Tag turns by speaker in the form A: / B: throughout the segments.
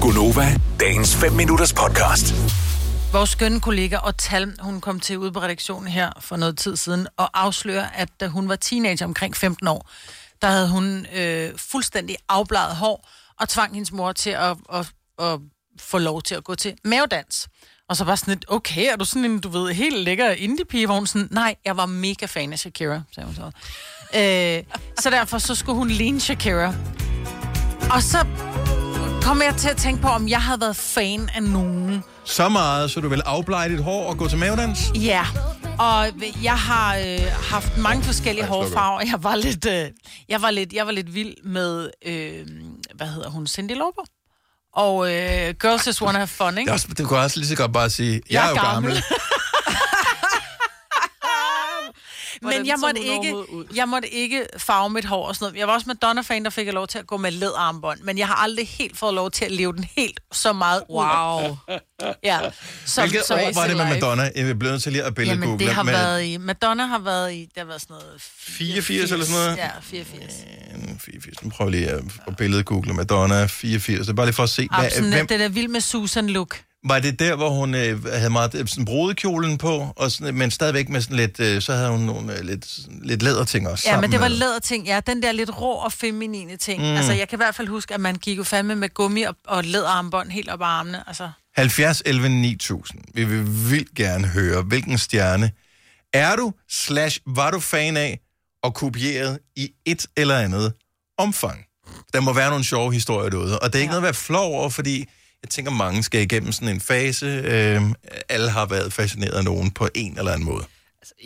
A: Gunova, dagens 5 minutters podcast.
B: Vores skønne kollega og Tal, hun kom til ude på redaktionen her for noget tid siden, og afslører, at da hun var teenager omkring 15 år, der havde hun øh, fuldstændig afbladet hår, og tvang hendes mor til at, at, at få lov til at gå til mavedans. Og så var sådan lidt, okay, er du sådan en, du ved, helt lækker indie-pige? Hvor hun sådan, nej, jeg var mega fan af Shakira, sagde hun så. Øh, så derfor så skulle hun ligne Shakira. Og så kom jeg til at tænke på, om jeg havde været fan af nogen.
C: Så meget, så du vil afblege dit hår og gå til mavedans?
B: Ja, og jeg har øh, haft mange forskellige
C: Ej, sluk
B: hårfarver. Jeg var lidt, øh, jeg var lidt, jeg var lidt vild med, øh, hvad hedder hun, Cindy Lauper. Og øh, Girls Just Wanna Have Fun,
C: Det, er
B: ikke?
C: også, det kunne også lige så godt bare sige, jeg, jeg er jo gammel. gammel.
B: Men jeg måtte, ikke, jeg måtte ikke farve mit hår og sådan noget. Jeg var også Madonna-fan, der fik jeg lov til at gå med læderarmbånd. Men jeg har aldrig helt fået lov til at leve den helt så meget ud.
D: Wow.
B: Ja. Som,
C: Hvilket
B: som-
C: år var det med Madonna? Jeg bliver nødt til lige at billedgoogle.
B: Jamen, det har
C: men
B: været i... Madonna har været i... Det har været sådan noget...
C: 84 eller sådan noget?
B: Ja, 84.
C: 84. Mm, Nu prøver jeg lige at- at billedgoogle Madonna 84. Det er bare lige for at se, hvad,
B: Absolut.
C: hvem,
B: Det er da vild med Susan look.
C: var det der, hvor hun øh, havde meget øh, sådan brodekjolen på, og sådan, men stadigvæk med sådan lidt, øh, så havde hun nogle øh, lidt, lidt læderting også
B: Ja,
C: sammen
B: men det var
C: med.
B: læderting. Ja, den der lidt rå og feminine ting. Mm. Altså, jeg kan i hvert fald huske, at man gik jo fandme med gummi og, og læderarmbånd helt op ad armene. Altså,
C: 70 11 9000. Vi vil vildt gerne høre, hvilken stjerne er du, slash var du fan af, og kopieret i et eller andet omfang. Der må være nogle sjove historier derude, og det er ikke ja. noget at være flov over, fordi jeg tænker, mange skal igennem sådan en fase. Øh, alle har været fascineret af nogen på en eller anden måde.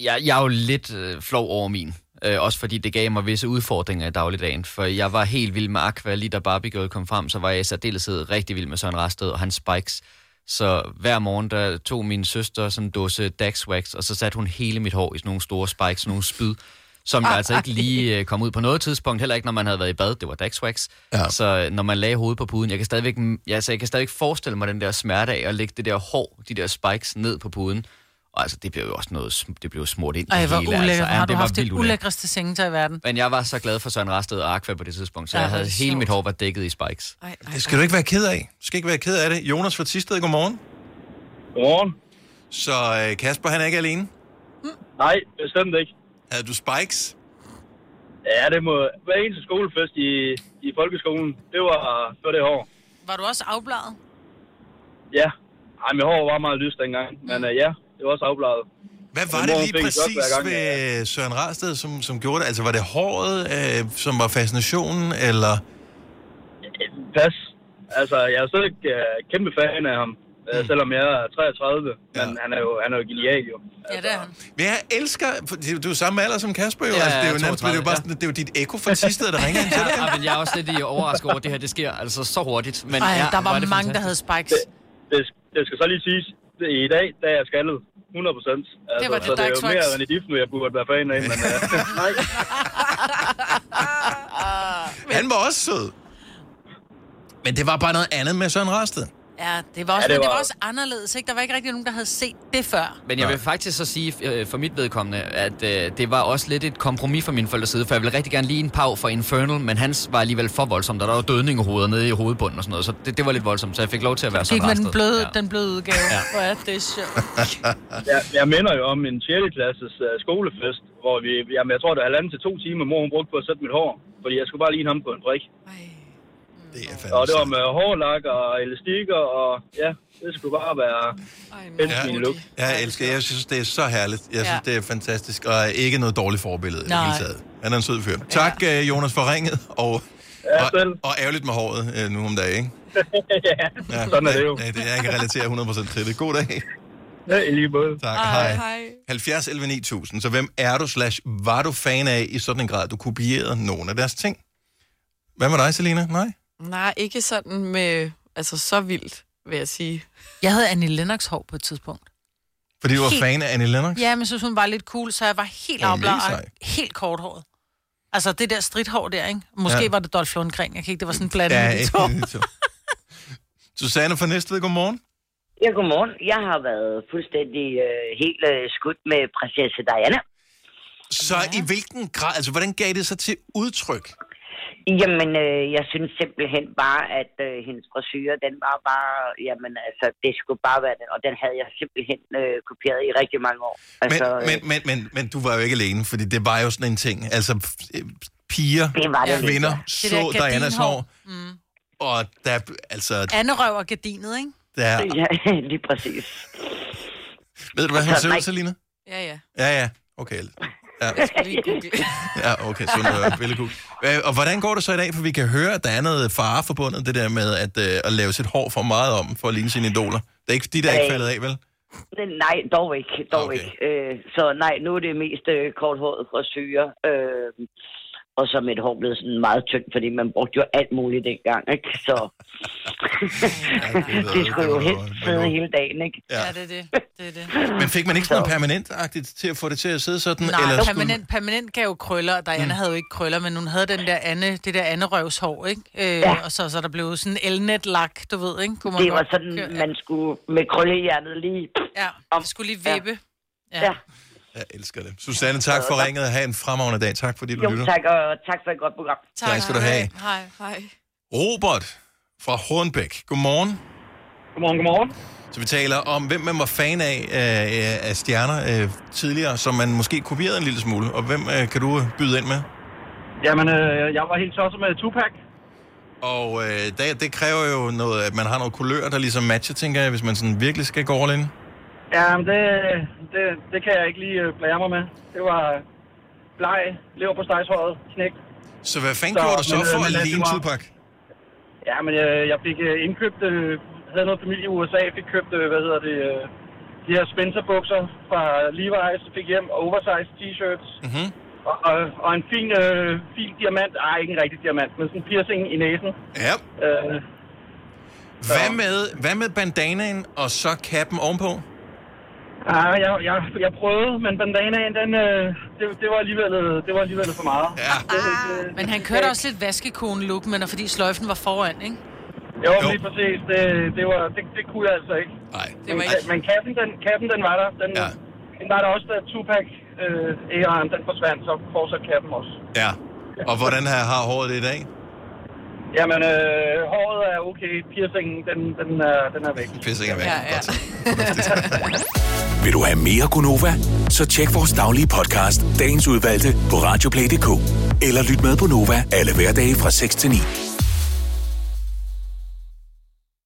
D: Jeg, jeg er jo lidt øh, flov over min. Øh, også fordi det gav mig visse udfordringer i dagligdagen. For jeg var helt vild med Aqua, lige da Barbie Girl kom frem, så var jeg i særdeleshed rigtig vild med Søren Rasted og hans spikes. Så hver morgen, der tog min søster sådan en dåse Daxwax, og så satte hun hele mit hår i sådan nogle store spikes, sådan nogle spyd, som jeg altså ikke lige øh, kom ud på noget tidspunkt, heller ikke når man havde været i bad, det var Daxwax.
C: Ja.
D: Ja. Så øh, når man lagde hovedet på puden, jeg kan, stadigvæk, ja, så jeg kan stadigvæk forestille mig den der smerte af at lægge det der hår, de der spikes ned på puden. Og altså, det blev jo også noget, sm- det blev jo smurt ind i
B: ej,
D: det
B: hvor
D: hele,
B: ulækkert.
D: altså. Ja,
B: har du
D: det var
B: haft det
D: vildt ulækkert.
B: ulækreste sengetøj i verden?
D: Men jeg var så glad for Søren Rasted og Aqua på det tidspunkt, så
B: Ej,
D: jeg
B: hvor er
D: havde
B: det
D: hele mit
B: sjovt.
D: hår var dækket i spikes.
B: Ej, ej,
C: Det skal du ikke være ked af. Du skal ikke være ked af det. Jonas fra Tisted, godmorgen.
E: Godmorgen.
C: Så øh, Kasper, han er ikke alene.
E: Nej, bestemt ikke.
C: Havde du spikes?
E: Ja, det må hver eneste skolefest i, i folkeskolen. Det var før det hår.
B: Var du også afbladet?
E: Ja. Ej, mit hår var meget lyst dengang. Men uh, ja, det var også afbladet.
C: Hvad var
E: Min
C: det
E: mor, hun
C: lige
E: fik et chok
C: præcis
E: hver gang, ja,
C: ved øh, Søren Rarsted, som, som gjorde det? Altså, var det håret, øh, som var fascinationen, eller...
E: Pas. Altså, jeg er stadig uh, kæmpe fan af ham. Uh, selvom jeg er 33. Men
C: Ja.
E: han er jo, han er jo genial, jo. Altså,
B: Ja, det er han.
C: Men jeg elsker... for det er jo- Du er jo samme alder som Kasper, jo.
D: Ja,
C: altså, det er jo,
D: jeg er
C: nærmest, det er jo bare
D: 32,
C: sådan, det er jo dit ekko fra Tisted, der ringer ind til dig.
D: Ja, men jeg er også lidt i overrasket over, at det her det sker altså så hurtigt. Men
B: Ej,
D: ja,
B: der
D: hvor
B: var
D: er det
B: mange, der
D: fantastisk.
B: havde spikes.
E: Det, det skal så lige siges. Det- I dag, der er jeg skaldet. 100 procent. Altså,
B: Det var det,
E: så det er
B: Dax
E: jo
B: Wax.
E: mere René Diffen, jeg burde være fan af. Men uh, nej,
C: Han var også sød. Men det var bare noget andet med Søren Rarsted.
B: Ja, det var også, ja, det var...
E: Ja, det
B: Men det var
E: var-
B: også anderledes, ikke? Der var ikke rigtig nogen, der havde set det før.
D: Men jeg vil
C: Nej.
D: faktisk så sige øh, for mit vedkommende, at øh, det var også lidt et kompromis fra min forældres side, for jeg ville rigtig gerne lige en pav for Infernal, men hans var alligevel for voldsom, der var jo dødning i hovedet nede i hovedbunden og sådan noget, så det, det var lidt voldsomt, så jeg fik lov til at være
B: Gik
D: sådan
B: med den
D: rastet.
B: bløde, ja.
D: ja.
B: den bløde udgave. Ja. Hvor er det sjovt.
E: Jeg, jeg minder jo om en 6. klasses uh, skolefest, hvor vi, jamen, jeg tror, det er halvanden til to timer, mor hun brugte på at sætte mit hår. Fordi jeg skulle bare ligne ham på en brik.
C: Det er
E: Og det var
C: fandme
E: med hårlak og elastikker, og ja, det skulle bare være helst min look.
C: sødt. Jeg elsker, jeg synes, det er så herligt. Jeg synes,
B: Ja.
C: det er fantastisk, og ikke noget dårligt forbillede i det
B: Nej.
C: hele taget. Han er en sød fyr. Tak, øh, Jonas, for ringet, og,
E: Ja,
C: og,
E: selv.
C: og ærgerligt med håret øh, nu om dagen, ikke?
E: ja, sådan er det jo.
C: Ja, det, jeg kan relatere 100% til det. God dag.
E: Ja, i lige måde.
C: Tak, hej. hej. 70 11 9000. Så hvem er du slash var du fan af i sådan en grad, at du kopierede nogle af deres ting? Hvad med dig, Selina? Nej?
F: Nej, ikke sådan med, altså så vildt, vil jeg sige.
B: Jeg havde Annie Lennox hår på et tidspunkt.
C: Fordi du var
B: Helt.
C: fan af Annie Lennox?
B: Ja, men jeg synes, hun var lidt cool, så jeg var helt
C: Hun er
B: afbladet
C: mega
B: og
C: sej.
B: helt korthåret. Altså det der stridthår der, ikke? Måske
C: Ja.
B: ja. var det Dolph Lundgren, jeg kan ikke, det var sådan blandet ja, de to.
C: to. Susanne fra Næstved, godmorgen.
G: Ja, godmorgen. Jeg har været fuldstændig øh, helt øh, skudt med prinsesse Diana.
C: Så ja. i hvilken grad, altså hvordan gav det sig til udtryk?
G: Jamen, øh, jeg synes simpelthen bare, at øh, hendes frisyr, den var bare, jamen altså, det skulle bare være den, og den havde jeg simpelthen øh, kopieret i rigtig mange år. Altså,
C: Men, men, men, men, men du var jo ikke alene, fordi det var jo sådan en ting. Altså, f- øh, piger,
G: Det var det.
C: kvinder,
B: Det
C: så
B: der Mm.
C: Dianas
B: gardinhår.
C: hår, og der, altså,
B: Anderøv og gardinet, ikke?
C: der,
G: øh, ja, lige præcis.
C: ved du, hvad hun
G: Altså,
C: ser ud,
G: nej.
C: Selina?
F: Ja, ja.
C: Ja, ja, okay. Ja,
F: Jeg skal lige google.
C: ja okay, sådan noget billedkul. Og hvordan går det så i dag? For vi kan høre, at der er noget fare forbundet, det der med at, øh, at lave sit hår for meget om, for at ligne sine idoler. Det er ikke de, der er ikke
G: Øh.
C: faldet af, vel?
G: Men Nej, dog ikke, dog
C: Okay.
G: okay. ikke. Øh, så nej, nu er det mest øh, korthåret frisyrer, øh, og så er mit hår blevet sådan meget tyndt, fordi man brugte jo alt muligt dengang, ikke? Så
C: det ved
G: det
C: jeg, det
G: skulle jo
C: må du
G: helst
C: være.
G: sidde hele dagen, ikke?
C: Ja.
B: Ja, det er det. det, er det.
C: Men fik man ikke sådan noget permanent-agtigt til at få det til at sidde sådan?
B: Nej,
C: skulle-
B: permanent, permanent gav jo krøller, og Diana mm. havde jo ikke krøller, men hun havde den der Anne, det der Anne-røvshår, ikke? Øh, ja. Og så, så der blev sådan elnetlak, du ved, ikke? Kunne
G: Det var
B: godt køre-
G: sådan, man skulle med krøllehjernet lige...
B: Ja,
G: om-
B: det skulle lige vippe. Ja.
G: Ja.
B: ja.
C: Jeg elsker det. Susanne, tak for ringet. Ha' en fremragende dag. Tak fordi du
G: Jo,
C: lytter.
G: tak, og tak for et godt program.
C: Tak skal du have.
F: Hej, hej.
C: Robert fra Hornbæk. Godmorgen.
E: Godmorgen, godmorgen.
C: Så vi taler om, hvem man var fan af, øh, af stjerner øh, tidligere, som man måske kopierede en lille smule. Og hvem øh, kan du øh, byde ind med?
E: Jamen, øh, jeg var helt tosset med Tupac.
C: Og øh, det, det kræver jo noget, at man har noget kulør, der ligesom matcher, tænker jeg, hvis man sådan virkelig skal gå all in.
E: Jamen, det, det, det kan jeg ikke lige øh, blære mig med. Det var bleg, lever på stegshøjet, knæk.
C: Så hvad fanden
E: Så,
C: gjorde du så
E: men, øh,
C: for
E: men,
C: at
E: øh,
C: ligne
E: det var-
C: Tupac?
E: Ja, men øh, jeg fik øh, indkøbt, øh, havde noget familie i USA, fik købt, øh, hvad hedder det, øh, de her Spencer-bukser fra Levi's, fik hjem, og oversized t-shirts.
C: Mhm.
E: Og, og, og, en fin, øh, fin diamant, ej, ikke en rigtig diamant, men sådan en piercing i næsen.
C: Ja.
E: Øh,
C: Hvad med, hvad med bandanaen og så kappen ovenpå?
E: Ah, jeg, jeg, jeg prøvede, men bandanaen, den, øh, det, det, var alligevel, det var alligevel for meget.
C: Ja.
E: Det, øh, det,
B: Ah, Men han kørte også lidt vaskekone-look, men og fordi sløjfen var foran, ikke?
E: jo,
C: Jo.
E: jo, lige præcis. Det, det, var, det, det kunne jeg altså ikke.
C: Nej.
F: Det var
E: Men,
F: ikke...
E: men kappen, den, kappen, den var der. Den,
C: Ja.
E: ja. den var der også, da Tupac øh, æraen, den forsvandt, så fortsatte kappen også.
C: Ja. Og hvordan har har håret det i dag?
E: Jamen, øh, håret er okay. Piercingen, den, den, er, den er væk.
C: Pisse ikke væk.
F: Ja, ja.
C: Godt.
A: Vil du have mere Gunova? Så tjek vores daglige podcast, dagens udvalgte, på radioplay.dk. Eller lyt med på Nova alle hverdage fra 6 til 9.